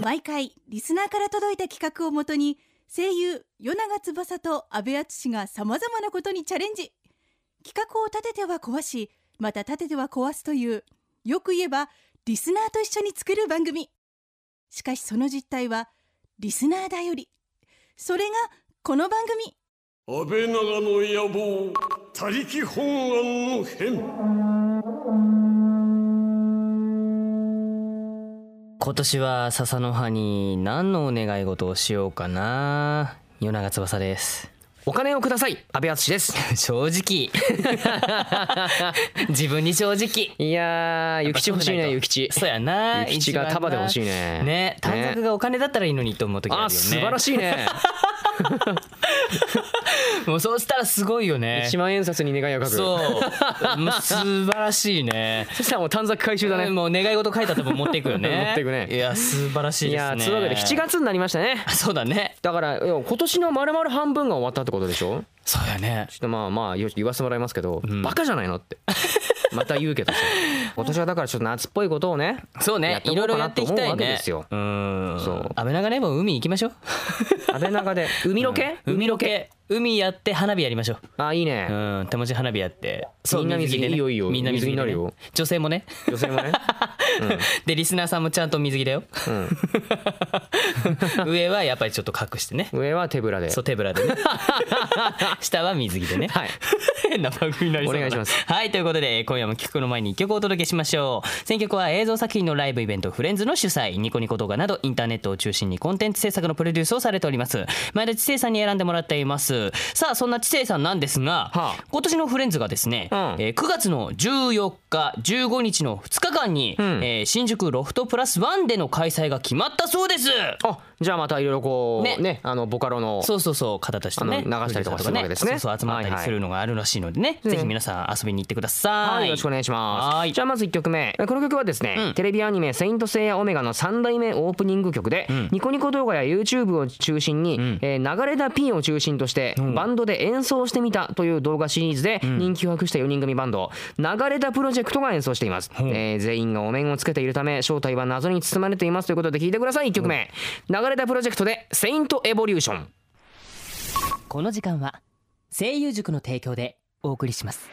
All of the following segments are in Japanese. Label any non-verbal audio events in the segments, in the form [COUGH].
毎回リスナーから届いた企画をもとに声優与永翼と阿部淳がさまざまなことにチャレンジ企画を立てては壊しまた立てては壊すというよく言えばリスナーと一緒に作る番組しかしその実態はリスナーだよりそれがこの番組安倍長の野望他力本願の変今年は笹の葉に何のお願い事をしようかな夜長翼ですお金をください安倍敦です正 [LAUGHS] 直自分に正直いやー諭吉欲しいね諭吉そうやな諭吉が束で欲しいねねね短冊がお金だったらいいのにと思う時あるよねあ素晴らし [LAUGHS] いねいもうそうしたらすごいよね一万円札に願いを書くそうもう素晴らしいねそしたらもう短冊回収だねもう願い事書いたとも持っていくよね [LAUGHS] 持っていくねいや素晴らしいいですやねーつうわけで7月になりましたねあそうだねだからいや今年の丸々半分が終わったってことでしょそうやねちょっとまあまあよ言わせてもらいますけど、んバカじゃないのって [LAUGHS] また言うけどさ今年はだからちょっと夏っぽいことを [LAUGHS] ねそうやねっていいころいろやうかなってといき思うたいわけでねすようんそう安倍長ねもう海行きましょう安倍長で海ロケ、海ロケ海やって花火やりましょあいいうね、うん手持ち花火やってみんな水着でねいいよいいよみんな水着でね水着になるよ女性もね女性もねでリスナーさんもちゃんと水着だよ [LAUGHS] 上はやっぱりちょっと隠してね上は手ぶら [LAUGHS] でそう手ぶらで [LAUGHS] ね下は水着でねはい [LAUGHS] 変な番組になりそうだなお願いしますはいということでえー今夜も曲の前に一曲お届けしましょう選曲は映像作品のライブイベントフレンズの主催ニコニコ動画などインターネットを中心にコンテンツ制作のプロデュースをされております前田知世さんに選んでもらっていますさあそんな知世さんなんですが、はあ今年のフレンズがですね、うんえー9月の14日15日の2日間に、んえー新宿ロフトプラスワンでの開催が決まったそうですあじゃあまたいろいろこうねねあのボカロのそうそうそう肩出してねあの流したりとかするわけですねそうそう集まったりするのがあるらしいのでね、いぜひ皆さん遊びに行ってください、はい、よろしくお願いします。はいじゃあまず1曲目。この曲はですね、うんテレビアニメ「セイント・セイヤ・オメガ」の3代目オープニング曲で、ニコニコ動画や YouTube を中心に、えー流れ田 P を中心として、バンドで演奏してみたという動画シリーズで人気を博した4人組バンド、流れ田プロジェクトが演奏しています。えー全員がお面をつけているため、正体は謎に包まれていますということで聞いてください、1曲目。流れ田プロジェクトで「セイント・エボリューション」。この時間は声優塾の提供でお送りします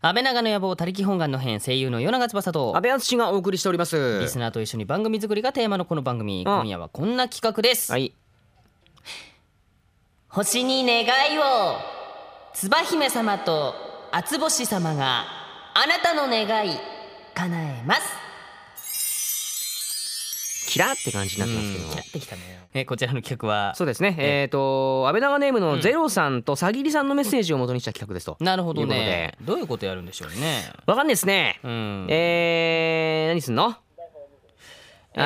安倍長の野望他力本願の編声優の与永翼と阿部淳がお送りしております。リスナーと一緒に番組作りがテーマのこの番組、今夜はこんな企画です、はい、星に願いを椿姫様と厚星様があなたの願い叶えますキラって感じになってますけど。ってきたね、えこちらの企画はそうですね。えっ、と安倍長ネームのゼロさんとさぎりさんのメッセージを元にした企画ですと。なるほどということねでどういうことやるんでしょうねわかんないですね。うんえー、何すんの？は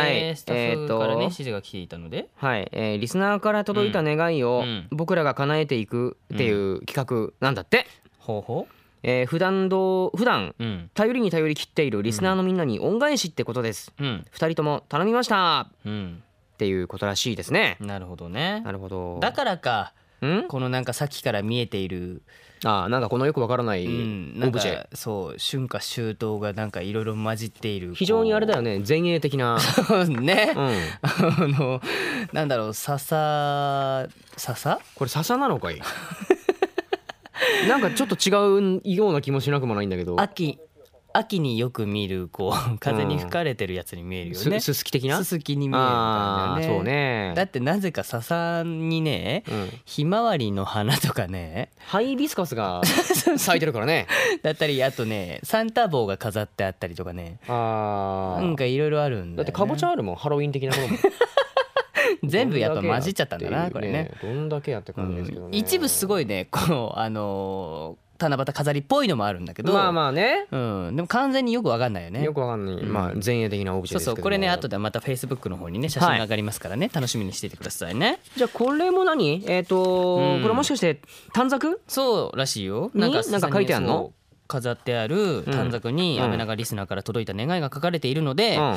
い。えースタッフからね、えー指と示が来ていたのではい、えーリスナーから届いた願いをうん僕らが叶えていくっていう企画なんだって。方法えー普段どう普段うん頼りに頼り切っているリスナーのみんなに恩返しってことです。うん二人とも頼みましたうんっていうことらしいですね。なるほどねなるほど。だからかん？このなんかさっきから見えている、あー、なんかこのよくわからないオうん、なんブかジェ。そう春夏秋冬がなんかいろいろ混じっている非常にあれだよねね前衛 [LAUGHS] 的なね、うんあのなんだろう笹笹これ笹なのかい [LAUGHS] なんかちょっと違うような気もしなくもないんだけど秋秋によく見るこう風に吹かれてるやつに見えるよすね、すすき的なススキに見える感ああじだーよそうねだってなぜか笹にねうん、ひまわりの花とかねハイビスカス [LAUGHS] が咲いてるからねだったりあとねサンタ帽が飾ってあったりとかねあなーんかいろいろあるんだよ、ね、だってかぼちゃあるもんハロウィン的なものも [LAUGHS] 全部やっぱどんだけ混じっちゃったんだなていうこれねどんだけやってう感じですけどんね一部すごいねこのあのー七夕飾りっぽいのもあるんだけどまあまあねうん、でも完全によくわかんないよねよくわかんない、んまあ前衛的なオブジェそうですけそどうこれね後でまたフェイスブックの方にね写真が上がりますからね、楽しみにしていてくださいねじゃあこれも何えっ、とうんこれもしかして短冊そうらしいよになんか書いてあんのそう飾ってある短冊にうん安倍長リスナーから届いた願いが書かれているので、うん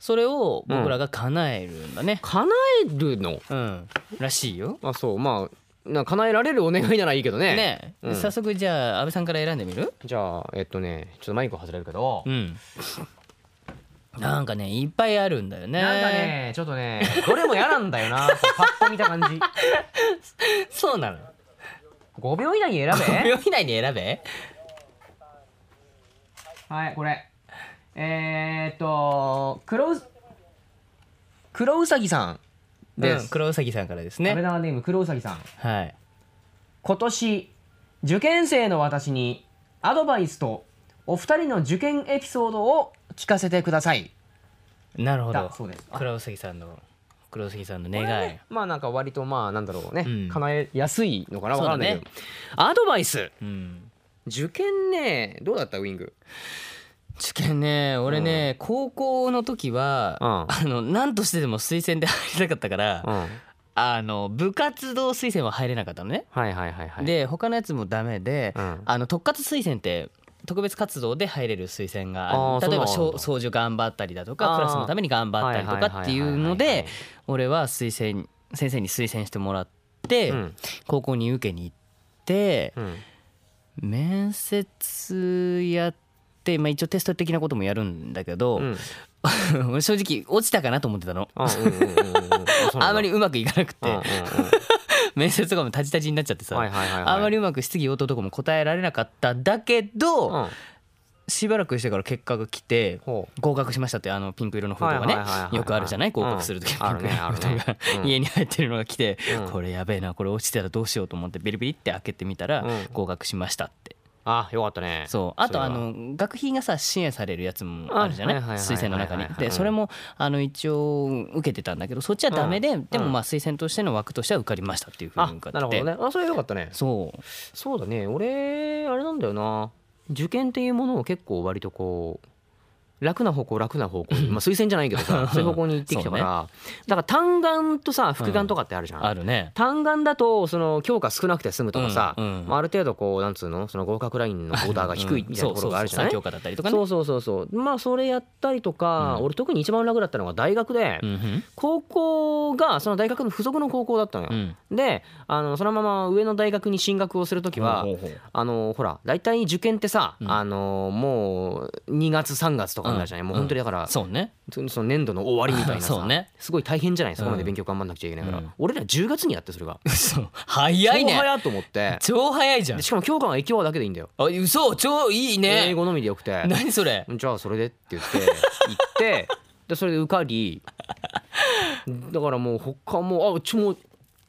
それを僕らが叶えるんだね叶えるのうん、らしいよあそうまあな叶えられるお願いならいいけどねね、うん早速じゃあ安倍さんから選んでみるじゃあえっとねちょっとマイク外れるけど、うんなんかねいっぱいあるんだよねなんかねちょっとねどれも嫌なんだ [LAUGHS] よなパッと見た感じそうなの5秒以内に選5べ秒以内に選べはいこれえー、っと黒う黒うさぎさんでうんす、黒うさぎさんからですアベねダマネーム黒うさぎさんはい今年受験生の私にアドバイスとお二人の受験エピソードを聞かせてくださいなるほどだそうです黒うさぎさんの黒うさぎさんの願い、まあなんか割とまあなんだろうね、うん叶えやすいのかなそうわかだんねないけど、アドバイスうん受験ねどうだったウィング受験ね俺ね、高校の時は、うんあの何としてでも推薦で入りたかったから、うんはいあの部活動推薦は入れなかったのね、はいはいはいで他のやつもダメで、うんあの特活推薦って特別活動で入れる推薦がああーる例えばそうなんだ掃除頑張ったりだとあかークラスのために頑張ったりとかっていうのはいはいはいはいはいで俺は推薦先生に推薦してもらって、うん高校に受けに行って、うん面接やって、まあ、一応テスト的なこともやるんだけど、うん俺 [LAUGHS] 正直落ちたかなと思ってたの。あうんうん [LAUGHS] うんうんうんそうなんだあんまりうまくいかなくて、うんうんうん面接とかもタジタジになっちゃってさ、はいはいはいはいあんまりうまく質疑応答とかも答えられなかったんだけど、うんしばらくしてから結果が来てほ合格しましたってあのピンク色の封筒がはいはいはいはいはねいよくあるじゃない合格する時うんのピンク色の封筒あるねがあるねうん家に入ってるのが来てうんこれやべえなこれ落ちてたらどうしようと思ってビリビリって開けてみたらうん合格しましたってあよかったねそうあれとはあの学費がさ支援されるやつもあるじゃないあはいはいはいはい推薦の中にはいはいはいでそれもあの一応受けてたんだけどそっちはダメででもまあ推薦としての枠としては受かりましたっていうふうあに受なかるっほどてねあそれよかったねそうそうだね俺あれなんだよな受験っていうものを結構割とこう楽な方向楽な方向にまあ推薦じゃないけ [LAUGHS] どさそういう方向に行ってきたから、だから単眼とさ副眼とかってあるじゃん、あるね単眼だとその教科少なくて済むとかさ、うんうんまあ、ある程度こうなんつうのその合格ラインのボーダーが低いみたいなところがあるじゃなうんいそうそうそう三教科だったりとかねそうそうそうそうまあそれやったりとか、うん俺特に一番楽だったのが大学で、うんうん高校がその大学の付属の高校だったのよ、うんであのそのまま上の大学に進学をする時は、ほうほうほうあのほら大体受験ってさ、うんあのもう2月3月とかになるじゃない、もう本当にだから、そうね [LAUGHS] その年度の終わりみたいなそうさ、ねすごい大変じゃないそこまで勉強頑張んなくちゃいけないから、うん俺ら10月にやってそれが嘘早いね超早っと思って [LAUGHS] 超早いじゃんでしかも教科が影響はだけでいいんだよ、あ嘘超いいね英語のみでよくて何それじゃあそれでって言って [LAUGHS] 行ってでそれで受かりだからもう他もあちょもう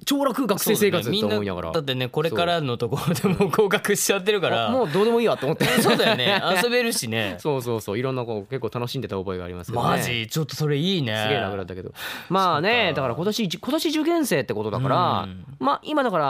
超楽学生生活そうだとね思みんいなながらだってねこれからのところでもう合格しちゃってるかあらもうどうでもいいわと [LAUGHS] 思ってそうだよね遊べるしねそうそうそういろんなこう結構楽しんでた覚えがありますけどねマジちょっとそれいいねすげえ楽だったけどまあねだから今年今年受験生ってことだから、うんまあ今だから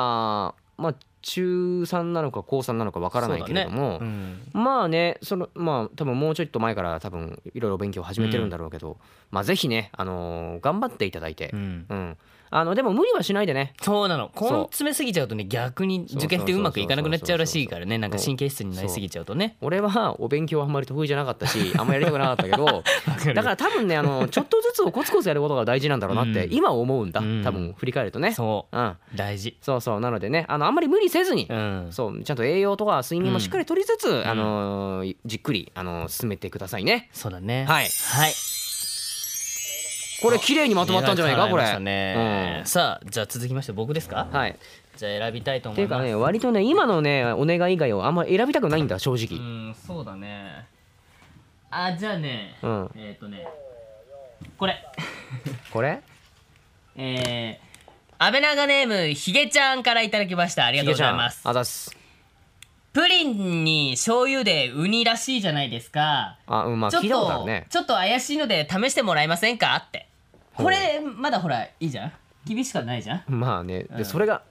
まあ中3なのか高3なのかわからないけれども、そうだねうんまあねそのまあ多分もうちょっと前から多分いろいろ勉強始めてるんだろうけど、まあぜひねあのー頑張っていただいて、ううんんあのでも無理はしないでねそうなの根そう詰めすぎちゃうとね逆にそう受験ってうまくいかなくなっちゃうらしいからねなんか神経質になりすぎちゃうとね俺はお勉強はあんまり得意じゃなかったしあんまやりたくなかったけ [LAUGHS] どかるだから多分ねあのちょっとずつをコツコツやることが大事なんだろうなってうん今思うんだ、うん多分振り返るとね。そうんう大事そうそうなのでねあのあんまり無理せずに、うんそうちゃんと栄養とか睡眠もしっかりとりつつ、あんのーじっくりあのー進めてくださいねそうだねはいはいこれ綺麗にまとまったんじゃないかこいや叶えましれ、たねさあじゃあ続きまして僕ですかはいじゃあ選びたいとっ思ていいうまかすね割とね今のねお願い以外をあんま選びたくないんだう正直んそうだねあじゃあね、うんえっ、とねこれこれえー、安倍長ネームひげちゃんからいただきましたありがひとうげごちざゃいんまあすざっすプリンに醤油でウニらしいじゃないですかあうんまあちょっ聞いたことあると、ねちょっと怪しいので試してもらえませんかってほうこれまだほらいいじゃん厳しくはないじゃんまあねうんでそれが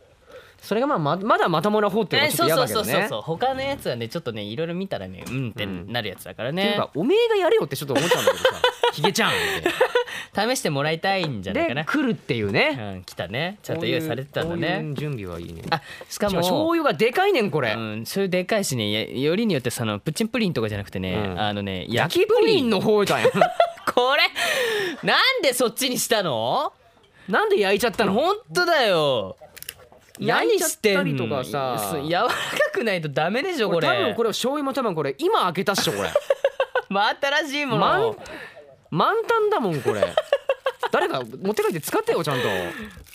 それがまあままだまともな方っていうのえはーちょそうそうそうっと嫌だけどそねうそっう他のやつはねちょっとねいろいろ見たらねうんってなるやつだからていうね、かおめえがやれよってちょっと思っちゃうんだけ [LAUGHS] どさひげちゃんっ試してもらいたいんじゃないかてでな来るっていうねうん来たねちゃんと用意されてたんだこういうこういねう準備はいいねあしかしかもも醤油がでかいねんこれ、うん、醤油でかいしねやよりによってそのプチンプリンとかじゃなくてね、うんあのね焼焼きプリンの方じゃんきこれなんでそっちにしたのなんで焼いちゃったの本当だよ焼何いちゃっしてたんりのとかさす柔らかくないとダメでしょこれ多分これ醤油も多分これ今開けたっしょこれ真新しいもの満満タンだもんこれ誰か持って帰って使ってよちゃんと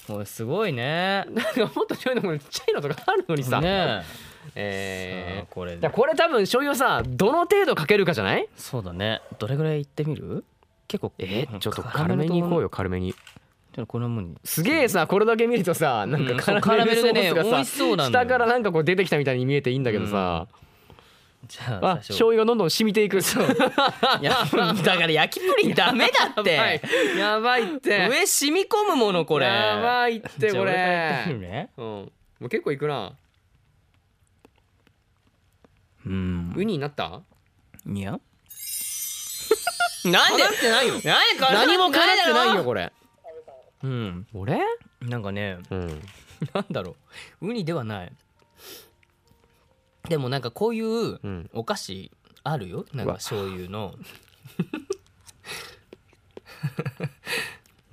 これすごいねなんかもっとちょいのものちっちゃいのとかあるのにさ、ねええさあこれー、じゃあこれ多分醤油をさどの程度かけるかじゃないそうだねどれぐらいいってみる結構えちょっと軽めにいこうよ軽めにちょっとこのもんにすげえさこれだけ見るとさなんうんかそうカラメルソースカラメルでね美が味しそうなさんだよ下からなんかこう出てきたみたいに見えていいんだけどさじゃああ醤油がどんどん染みていくそういや [LAUGHS] だから焼きプリンダメだ [LAUGHS] ってやばいって上染み込むものこれやばいってじゃあこ俺からやってみるれねうんもう結構いくなうんウニになったいやなんでなってないよ何か何もかなってないよここれれうん俺なんかね [LAUGHS] うんなんだろうウニではないでもなんかこういううんお菓子あるよなんうかわ醤油の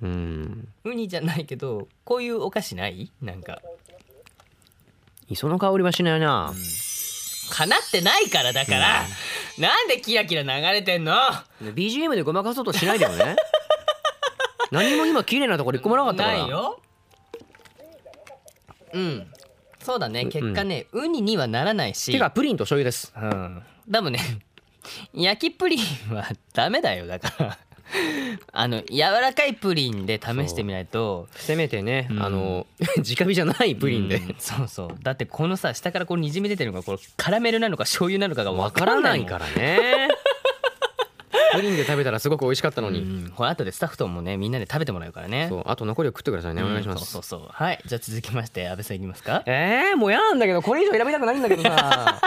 うんウニじゃないけどこういうお菓子ないなんか磯の香りはしないなかなってないからだからなんでキラキラ流れてんの BGM でごまかそうとしないでよ [LAUGHS] ね何も今綺麗なところ一個もなかったからないようんそうだね結果ねウニにはならないしてかプリンと醤油ですうん多分ね [LAUGHS] 焼きプリンはダメだよだから [LAUGHS] あの柔らかいプリンで試してみないとせめてね、うんあの [LAUGHS] 直火じゃないプリンで、うんそうそうだってこのさ下からこうにじみ出てるのがこれカラメルなのか醤油なのかがわ分かかららなないいかから [LAUGHS] らねプリンで食べたらすごく美味しかったのに、これ後でスタッフともねみんなで食べてもらうからねそうあと残りを食ってくださいね、うんお願いしますそうそうそうはいじゃあ続きまして安部さんいきますかえー、もう嫌なんだけどこれ以上選びたくないんだけど [LAUGHS] さ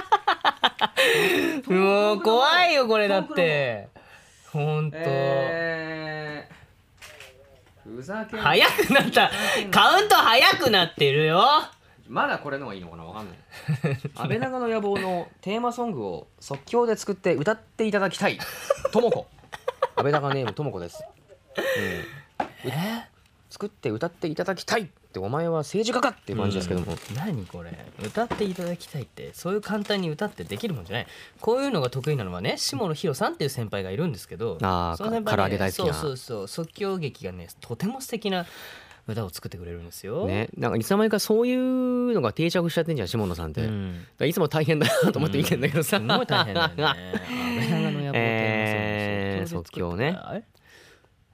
もう怖いよこれだってほんと、えー、ふざけんな早くなったカウント早くなってるよまだこれの方がいいのかなわかんない [LAUGHS] 安倍長の野望のテーマソングを即興で作って歌っていただきたいともこ安倍長ネームともこです、うんう作って歌っていただきたいってお前は政治家かっていう感じですけども、うん何これ歌っていただきたいってそういう簡単に歌ってできるもんじゃないこういうのが得意なのはね下野紘さんっていう先輩がいるんですけどあーその先輩ねか唐揚げ大好きなそうそうそう即興劇がねとても素敵な歌を作ってくれるんですよ、ねなんかいつの間にかそういうのが定着しちゃってんじゃん下野さんって、うだかん、らいつも大変だなと思って見てんだけどさ、すごい大変だよね [LAUGHS] 安倍長の野望えー即興ね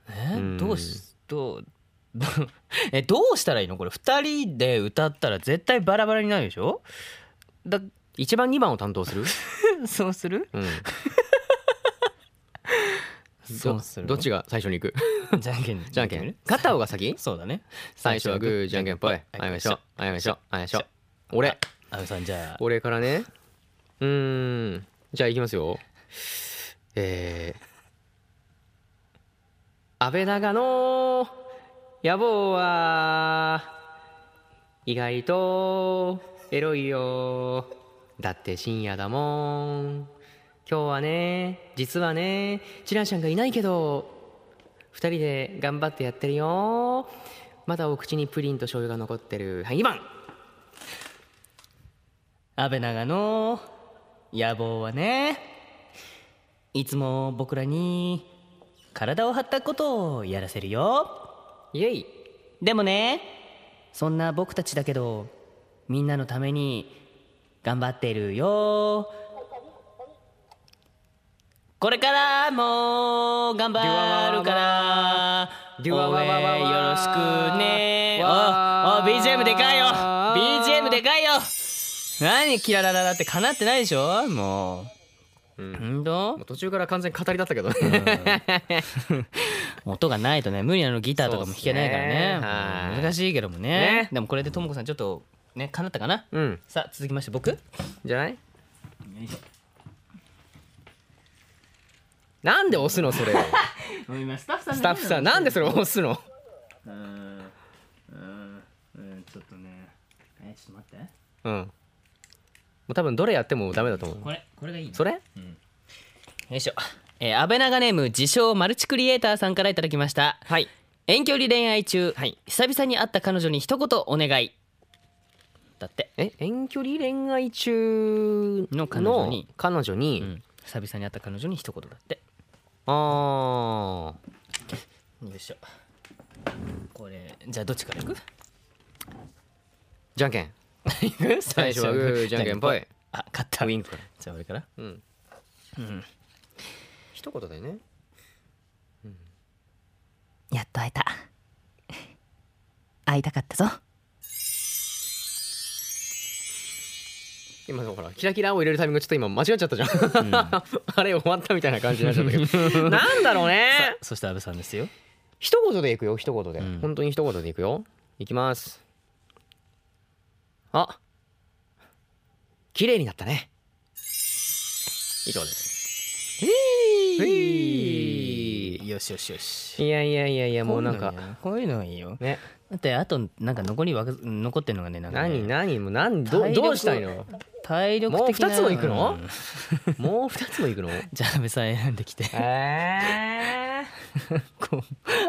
えうんどうしどうえどうしたらいいのこれ二人で歌ったら絶対バラバラになるでしょだ1番2番を担当する、そうするうん、そうするどどっちが最初に [LAUGHS] 行く [LAUGHS] じゃんけんじゃんけん片方が先 [LAUGHS] そうだね最初はグーじゃんけんぽいあやめしょあやめしょあやめしょ俺あべさんじゃあ俺からねうーんじゃあいきますよえー、安倍長の野望は意外とエロいよだって深夜だもん今日はね実はねチラちゃんがいないけど二人で頑張ってやってるよまだお口にプリンと醤油が残ってるはい2番安倍長の野望はねいつも僕らに体を張ったことをやらせるよイエイでもねそんな僕たちだけどみんなのために頑張ってるよこれからも頑張るからデュワワワワワ応援よろしくねおおわ BGM でかいよ BGM でかいよ何キララララってかなってないでしょもう、うんほんともう途中から完全に語りだったけどね、音がないとね無理なのギターとかも弾けないからねそうっすねはいうん難しいけどもねねでもこれでともこさんちょっとねかなったかな、 [LAUGHS] うんさあ続きまして僕じゃないなんで押すのそれ今スタッフさんスタッフさんなんでそれ押すのうんうんちょっとねえちょっと待ってうんもう多分どれやってもダメだと思うこれこれがいいそれよいしょ、えー、安倍長ネーム自称マルチクリエイターさんからいただきましたはい遠距離恋愛中、はい久々に会った彼女に一言お願いだってえ遠距離恋愛中の彼女にの彼女にうん久々に会った彼女に一言だってあーよいしょこれじゃあどっちからいくじゃんけん最初はグーじゃんけんぽいあ勝ったウィンクじゃあ俺からうん一言でねやっと会えた会いたかったぞ今のほらキラキラを入れるタイミングちょっと今間違っちゃったじゃん、 [LAUGHS] あれ終わったみたいな感じになっちゃったけど [LAUGHS] なんだろうねそして安倍さんですよ一言でいくよ一言で、ん本当に一言でいくよいきますあ綺麗になったね以上ですへいよしよしよしいやいやいやいやもうなんかこういうのいいよねだってあとなんか残りわか残ってるのがねなんかね何何もう何ど体う力どうしたいの体力もう的な二つもい [LAUGHS] くのうんもう二つもいくのじゃあ安倍さん選んできてえこう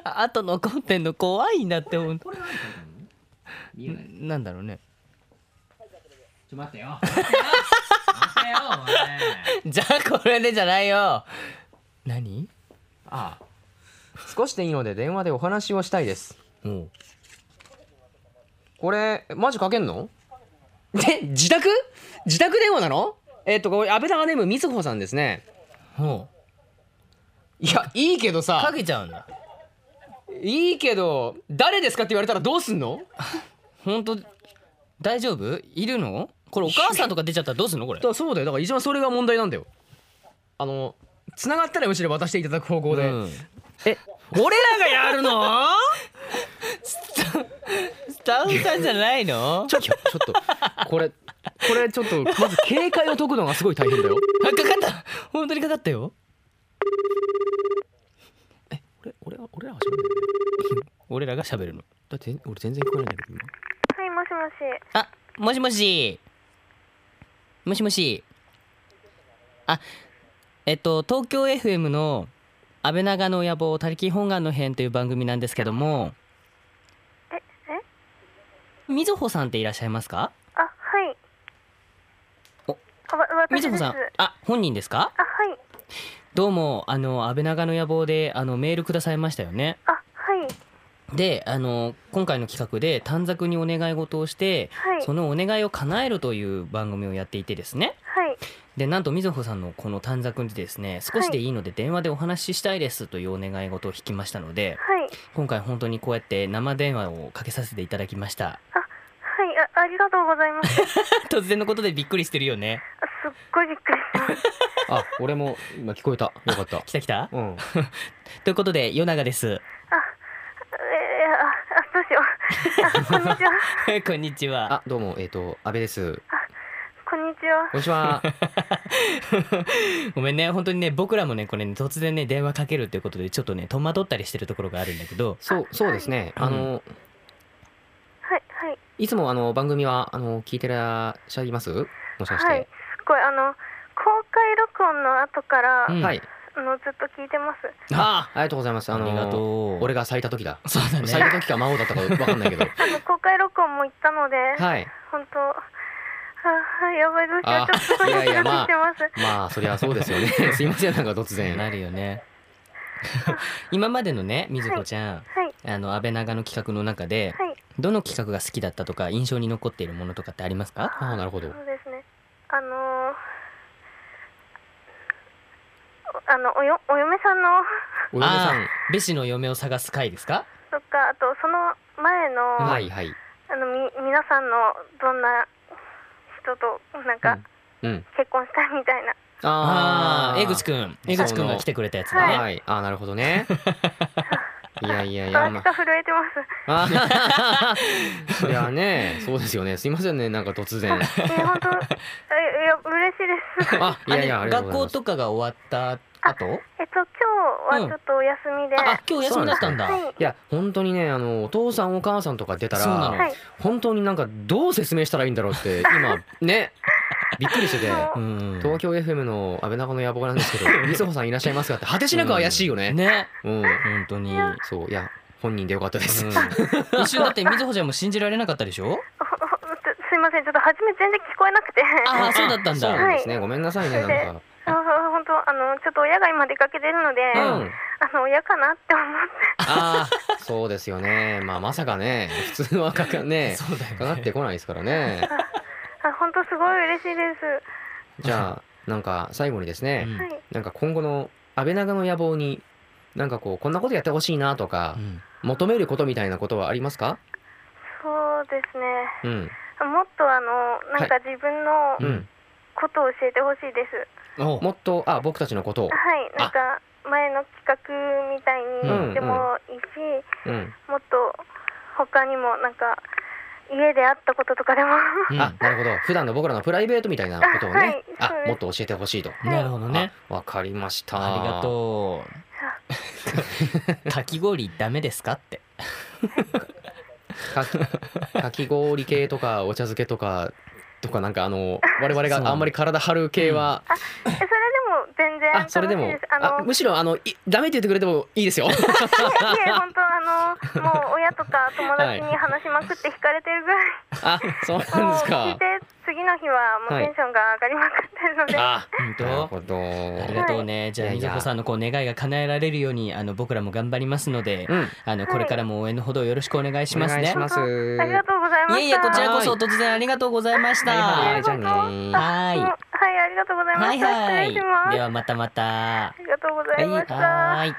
あと残ってんの怖いなって本当なんだろうねちょ待ってよ。待ってよ。待ってよお前じゃあこれでじゃないよ何あ少しでいいので電話でお話をしたいですうんこれマジかけんので自宅自宅電話なのえっとこれ安倍長ネームみずほさんですねほういやいいけどかさけちゃうんだいいけど誰ですかって言われたらどうすんの本当大丈夫いるのこれお母さんとか出ちゃったらどうすんのこれだそうだよだから一番それが問題なんだよあの繋がったらむしろ渡していただく方向で、うんえ俺らがやるのスタッフさんじゃないの [LAUGHS] ちょちょっとこれこれちょっとまず警戒を解くのがすごい大変だよあかかった本当にかかったよ [LAUGHS] 俺俺は俺らは喋るんだよね俺らが喋るのだって俺全然聞こえないんだけど今はい、もしもし。あもしもしもしもしあえっと東京 FM の「安倍長の野望他力本願の編」という番組なんですけどもえ、えみずほさんっていらっしゃいますかあ、はい。おあわ、み私ずでほす。さんあ、あ本人ですかはい。どうもあの安倍長の野望であのメールくださいましたよねあ、はい。であの今回の企画で短冊にお願い事をしてはい。そのお願いを叶えるという番組をやっていてですねはい。でなんとみずほさんのこの短冊にですね少しでいいので電話でお話ししたいですというお願い事を引きましたのではい。今回本当にこうやって生電話をかけさせていただきました [LAUGHS] はい。あ、ありがとうございます。あ突然のことでびっくりしてるよねすっごいびっくりしました。あ俺も今聞こえたよかった来た来たうんということで夜長です [LAUGHS] えー、あ、あ、どうしよう。あ、こんにちは。こんにちはあ、どうも、えっ、と、安倍です。こんにちは。こんにちは。ごめんね本当にね僕らもねこれね突然ね電話かけるということでちょっとね戸惑ったりしてるところがあるんだけどそう、そうですね。あの、はい。はい。いつも、あの、番組は、あの、聞いてらっしゃいます。もしかしはい。て。すっごい、あの、公開録音の後から、うんはい。あの、ずっと聞いてます。あ、ありがとうございます。ああの、りがとう俺が咲いた時だ。そうだ咲いねた時か、魔王だったか、わかんない [LAUGHS] けど。あの、公開録音も行ったので、はい。本当。あ、やばい、どうしよあう。ちょっとすごいいやいやドキドキしてます。まあ、そりゃそうで [LAUGHS] すよね。すいません、なんか突然。なるよね [LAUGHS] 今までのねみずほちゃんはい。あの安倍長の企画の中ではい。どの企画が好きだったとか印象に残っているものとかってありますかああ、なるほど。そうですね。あのーあのおよお嫁さんの [LAUGHS] お嫁さあーべしの嫁を探す会ですかとかあとその前の,、ん。はい、はい。あのみ皆さんのどんな人となんかうん。結婚したいみたいな、ああああ、江口くん江口くんが来てくれたやつだね、はい、あー、なるほ [LAUGHS] どね。いやいやいちょや、っとま足が震えてます。あ。 [LAUGHS] そりゃね、そうですよね。すいませんね、なんか突然。 [LAUGHS] えー、本当えいや嬉し [LAUGHS] いです。あ、いあやれいや、ありがとう学校ございます。とかが終わった後えっと今日はちょっとお休みで、あ今日お休みだったんだはいいや、本当にね、あの、お父さんお母さんとか出たそうなのら、はい。本当になんかどう説明したらいいんだろうって、今、ね、びっくりしてて。そううん東京 FM の安倍中の野望なんです [LAUGHS] けど、みずほさんいらっしゃいますかって、果てしなく怪しいよね。ねうん、本当に、 [LAUGHS] そう、いや、本人でよかったです。うん一瞬だってみずほちゃんも信じられなかったでしょほ [LAUGHS] ほほすすいませんちょっと初め全然聞こえなくて、 [LAUGHS] ああそうだったんだそうなんですね、ごめんなさいね、なんか。 [LAUGHS] あ本本当あのちょっと親が今出かけてるので、うんあの親かなって思ってああそうですよねまあまさかね普通はかかね [LAUGHS] そうだよねかかってこないですからねあ本当すごい嬉しいです。じゃあなんか最後にですね、うんはい。なんか今後の安倍長の野望になんかこうこんなことやってほしいなとか、求めることみたいなことはありますかそうですね。うんもっとあのなんか自分のうんことを教えてほしいです。おもっとあ僕たちのことをはい。なんか前の企画みたいにでもいいし、うん、もっと他にもなんか家で会ったこととかでも。うんあなるほど普段の僕らのプライベートみたいなことをね、あはいあそうですもっと教えてほしいとなるほどねあわかりましたありがと [LAUGHS] うかき氷ダメですかってか [LAUGHS] かき氷系とかお茶漬けとかとかなんかあの我々そうがあんまり体張る系は、えそれでも全然あ楽しそれでもいです。あのむしろあのいダメって言ってくれてもいいですよ [LAUGHS] いえ本当あのもう親とか友達に話しまくって惹かれてるぐらい。あそうなん [LAUGHS] もでうす聞いかて次の日はもうはいテンションが上がりまくってるので。あ本当なるほどありがとうね、じゃあいやみいずやほさんのこう願いが叶えられるようにあの僕らも頑張りますので、うんあのこれからも応援のほどよろしくお願いしますお願いねし。ますありがとうございまいえした。いえこちらこそ突然ありがとうございました。はいははいいじゃあねはうんいはい、ありがとうございまはしいた。失礼します。ではまたまたあ。りがとうございました。はーい。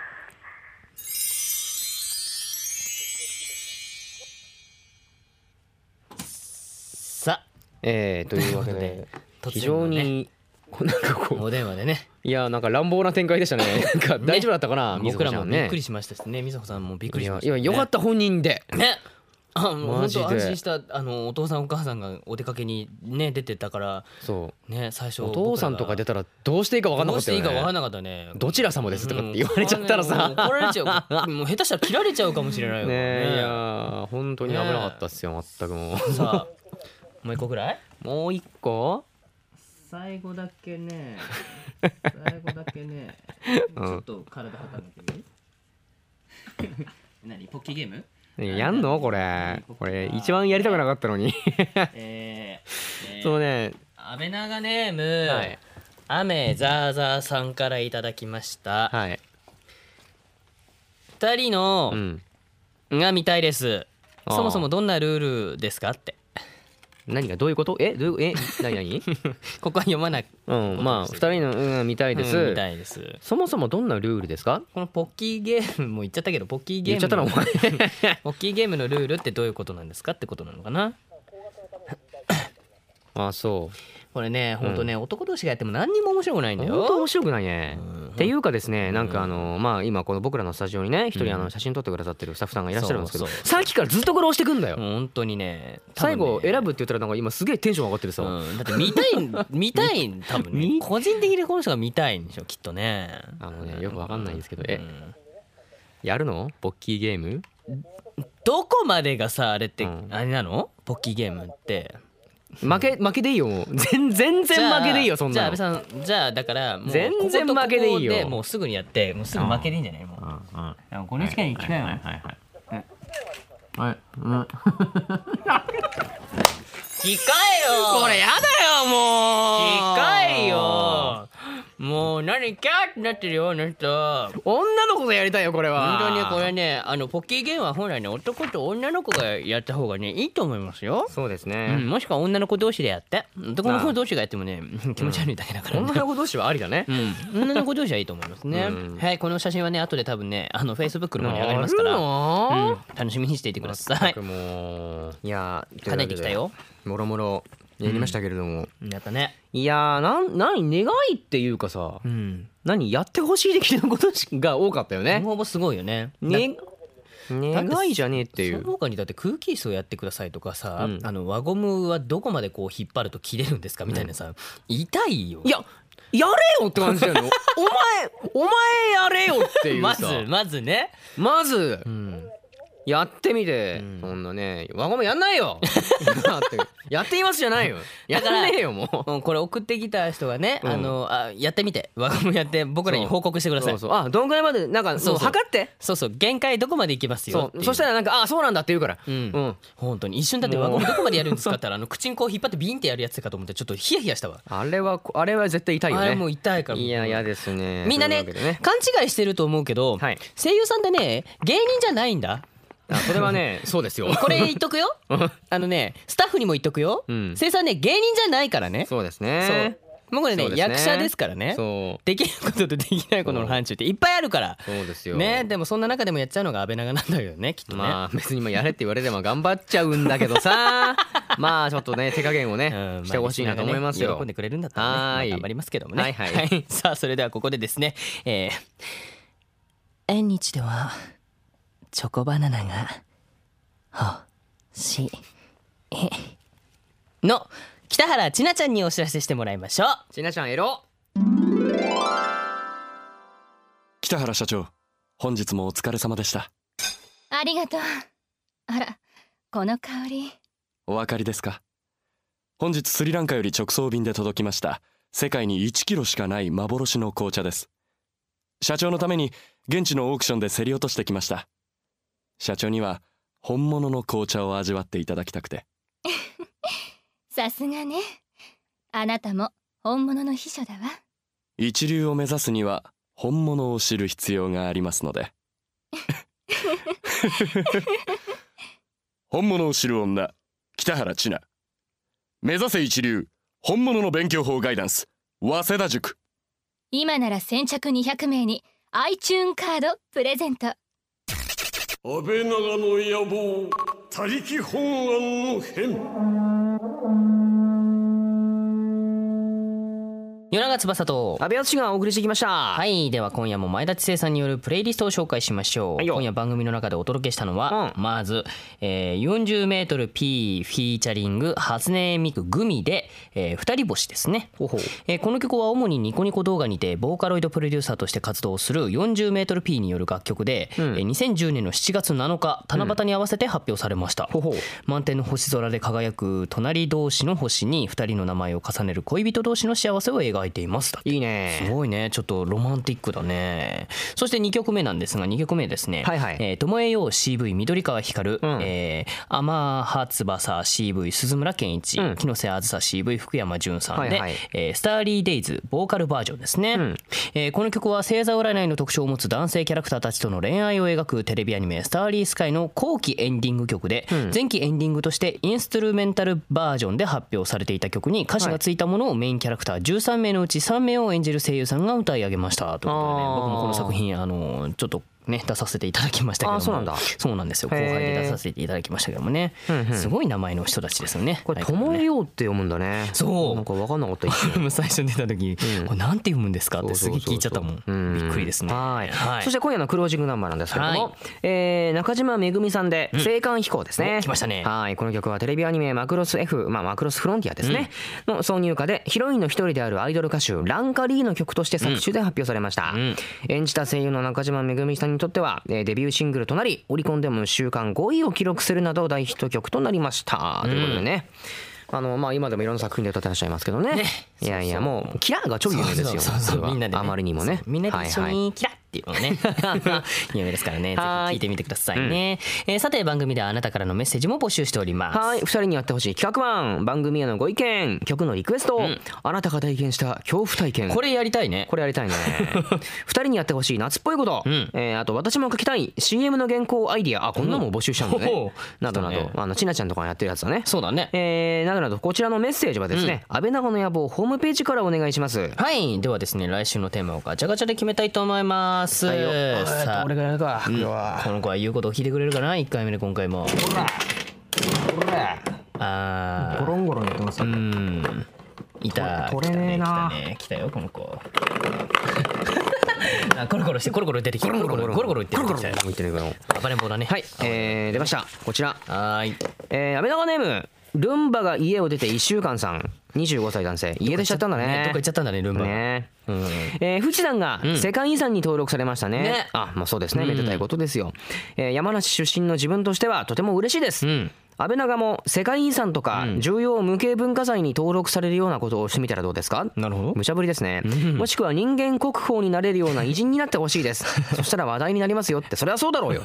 さあえー、というわけというでことで非常突然のにこうなんかこうお電話でねいやなんか乱暴な展開でし [LAUGHS] たねなんか大丈夫だったかな、みず僕ほらちゃもんびっねくりしましたしねみずほさんもびっくりいしやまいしたやよかった本人でね [LAUGHS] あもうマ本ジで当安心したあのお父さんお母さんがお出かけにね出てたからそうね最初お父さんとか出たたらどうしていいか分かんなかったよどうしていねいか分かんなかったねどちら様ですとかって言われちゃったらさうん怒られちゃうもう下手したら切られちゃうかもしれないよねえいやー本当に危なかったっすよ、全くもうさあ [LAUGHS] もう一個ぐらいもう一個最後だけ [LAUGHS] ね最後だけねちうんょっと体測ってみる [LAUGHS] 何ポッキーゲームやんのこれこれ一番やりたくなかったのに [LAUGHS] えー、え [LAUGHS] そーうね安倍長ネーム、はい雨ザーザーさんからいただきました、はい二人のうんが見たいですあーそもそもどんなルールですかって何がどういうことえどういうえ何 [LAUGHS] 何ここは読まないうんまあ二人のうん見たいです、うん見たいですそもそもどんなルールですかこのポッキーゲームも言っちゃったけどポッキーゲー言っムちゃったなお前 [LAUGHS] ポッキーゲームのルールってどういうことなんですかってことなのかなあそうこれねほんとね、男同士がやっても何にも面白くないんだ本よ当面白くないねうんっていうかですねなんかあのまあ今この僕らのスタジオにね一人あの写真撮ってくださってるスタッフさんがいらっしゃるんですけどそうそうさっきからずっとこれ押してくんだよ本当にね最後選ぶぶって言ったらなんか今すげえテンション上がってるさ、うん、だって見たい [LAUGHS] ん見たいん多分ね見個人的にこの人が見たいんでしょきっとねあのねよくわかんないんですけど、うえんやるのポッキーゲームどこまでがさあれって、うんあれなのポッキーゲームって負け負けでいいよもう全全然負けでいいよそんじゃあなのじゃあ安倍さんじゃあだからもう全こ然こと負けでいいよここもうすぐにやってもうすぐ負けでいいんじゃないもうでもこの時間に来たよ機械よこれやだよもう機械よもう何キャーってなってるよあの人女の子がやりたいよこれは本当にこれねあのポッキーゲームは本来ね男と女の子がやった方がねいいと思いますよ、そうですうね、ん、もしくは女の子同士でやって男の子同士がやってもね [LAUGHS] 気持ち悪いだけだからね、女の子同士はありだね、うん、女の子同士はいいと思いますね、うんはいこの写真はね後で多分ねあのフェイスブックの方に上ながりますかるら、うのん、楽しみにしていてくださ全いくもういやー叶えてきたよもろもろやりましたけれども、やったねいやーなん何願いっていうかさ、うん何やってほしい的なことしが多かったよね。応募すごいよねね願いじゃねえっていそうの。他にだって空気椅子をやってくださいとかさ、うんあの輪ゴムはどこまでこう引っ張ると切れるんですかみたいなさ、痛いよいややれよって感じだよね。お前お前やれよってい [LAUGHS] うまさ。ずまずね、まずうん、やってみて、うんそんなね輪ゴムやんないよ [LAUGHS] だってやってみますじゃないよやらねえよもううんこれ送ってきた人がね、うんあのあやってみて輪ゴムやって僕らに報告してくださいそそううそうそうあどんぐらいまでなんかそそううそう測って限界どこまでいきますよそうそしたららなんかあそうなんだって言うからうん、うん本当に一瞬だって輪ゴムどこまでやるんですかって言ったらあの口にこう引っ張ってビンってやるやつかと思ってちょっとヒヤヒヤしたわ、あれはあれは絶対痛いよあれねもう痛いからいや嫌ですねみんなねというわけで勘違いしてると思うけど、はい声優さんってね芸人じゃないんだあそれはね [LAUGHS] そうですよこれ言っと [LAUGHS] くよあのねスタッフにも言っとくよ、うん声優さんね芸人じゃないからねそうですそうね僕らねそうですね役者ですからねそうできることとできないことの範疇っていっぱいあるからそうですよねでもそんな中でもやっちゃうのが安倍長なんだよねきっとね、まあ別に今やれって言われれば頑張っちゃうんだけど [LAUGHS] さまあちょっとね手加減をねうんしてほしいなと思いますまあリスナーがねよ喜んでくれるんだったらねはーいまあ頑張りますけどもねはいはい [LAUGHS] さあそれではここでですねえー縁日ではチョコバナナが欲しいの北原千奈ちゃんにお知らせしてもらいましょうちなちゃんエロ北原社長本日もお疲れ様でしたありがとう。あら、この香り。お分かりですか本日スリランカより直送便で届きました世界に1キロしかない幻の紅茶です社長のために現地のオークションで競り落としてきました社長には本物の紅茶を味わっていただきたくてさすがね。あなたも本物の秘書だわ。一流を目指すには本物を知る必要がありますので本物を知る女北原千奈目指せ一流本物の勉強法ガイダンス早稲田塾今なら先着200名に iTune カードプレゼント。安倍長の野望他力本願の変夜長翼と安倍敦がお送りしてきましたはいいでは今夜も前田知世さんによるプレイリストを紹介しましょう、はいよ今夜番組の中でお届けしたのは、うまず、えー、40m P フィーチャリング初音ミクグミで、えー、二人星ですねほうほうえーこの曲は主にニコニコ動画にてボーカロイドプロデューサーとして活動する 40mP による楽曲で、うんえー2010年の7月7日七夕に合わせて発表されました、ほうほう満天の星空で輝く隣同士の星に2人の名前を重ねる恋人同士の幸せを描いていますだっていいすねごいねちょっとロマンティックだねそして2曲目なんですが2曲目ですねはいはいえー巴よ CV 緑川光」うんえー「天葉翼 CV 鈴村健一」うん木瀬あずさ CV 福山潤さんで、はいはいえースターリー・デイズ」ボーカルバージョンですね、んえーこの曲は星座占いの特徴を持つ男性キャラクターたちとの恋愛を描くテレビアニメ「スターリー・スカイ」の後期エンディング曲で、ん前期エンディングとしてインストゥルメンタルバージョンで発表されていた曲に歌詞がついたものをメインキャラクター13名のうち3名を演じる声優さんが歌い上げましたということでねあー僕もこの作品あのちょっとね出させていただきましたけどもあそうなんだそうなんですよ後輩で出させていただきましたけどもね、うんうんすごい名前の人たちですよねこれ「相変とわらずもねえよう」って読むんだねそうなんか分かんなかった一これ瞬も [LAUGHS] 最初出た時に、うんこれなんて読むんですかってそすうげそえ聞いうそうそうちゃったもんうんびっくりですねはい、はいそして今夜のクロージングナンバーなんですけれども、はいえー中島めぐみさんで「青函飛行」ですね、お来ましたねはいこの曲はテレビアニメ「マクロス F」まあマクロスフロンティアですね、の挿入歌でヒロインの一人であるアイドル歌手ランカリーの曲として作詞で発表されました、ん演じた声優の中島めぐみさんにとっては、えーデビューシングルとなりオリコンでも週間5位を記録するなど大ヒット曲となりました、ということでねあのまあ、今でもいろんな作品で歌ってらっしゃいますけどねいやいやもうキラーが超有名ですよそうそうそこれうはみんなでね、あまりにもねそうみんなで一緒はいはいにキラッっていうのをね [LAUGHS] 有名ですからねぜひはー聞いいてみてくださいね、えーさて番組ではあなたからのメッセージも募集しておりますはい二人にやってほしい企画案番組へのご意見曲のリクエスト、あなたが体験した恐怖体験これやりたいねこれやりた [LAUGHS] いね二人にやってほしい夏っぽいこと、んえーあと私も書きたい CM の原稿アイディアあこんなのも募集したもんね、うんほうなどなど、そうねあのちなちゃんとかがやってるやつだねそうだねえーなどなどこちらのメッセージはですね、安倍長の野望ホームページからお願いしますはいではですね来週のテーマをガチャガチャで決めたいと思います、さあ俺がやるかこれは、この子は言うことを聞いてくれるかな1回目で今回もあゴロンゴロンやってますよ、うん。いた。取れねえな来たね。来たね来たよ、この子。 [LAUGHS] あ、コロコロして、コロコロ出てきた。コロコロ、ゴロゴロ言ってる。ゴロゴロ言ってるけど暴れん坊だね。はい。えー出ましたこちらはーい。えー、安倍長ネームルンバが家を出て1週間さん25歳男性家出しちゃったんだどっねか行っちゃったんだねルンバ。ねうんえー、富士山がん世界遺産に登録されましたね,、ねあまあそうですね、うんめでたいことですよ、えー山梨出身の自分としてはとても嬉しいです、うん安倍長も世界遺産とかうん重要無形文化財に登録されるようなことをしてみたらどうですかなるほど無。茶ぶりですね、もしくは人間国宝になれるような偉人になってほしいです [LAUGHS] そしたら話題になりますよってそれはそうだろうよ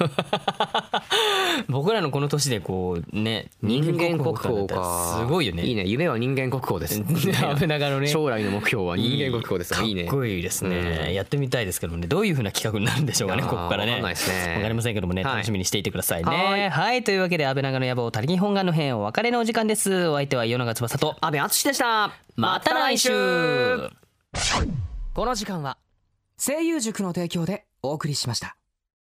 僕らのこの年でこうね人間国宝かすごいよね。いいね夢は人間国宝で [LAUGHS] す危ながらね。将来の目標は人間国宝ですからいいねかっこいいですね、やってみたいですけどもねどういう風な企画になるんでしょうかねいやこーこからねわかんないですねわかりませんけどもね、はい楽しみにしていてくださいねははーいいというわけで安倍長の野望たりぎ本願の編お別れのお時間ですお相手は世永翼と安倍敦でしたまた来週この時間は声優塾の提供でお送りしました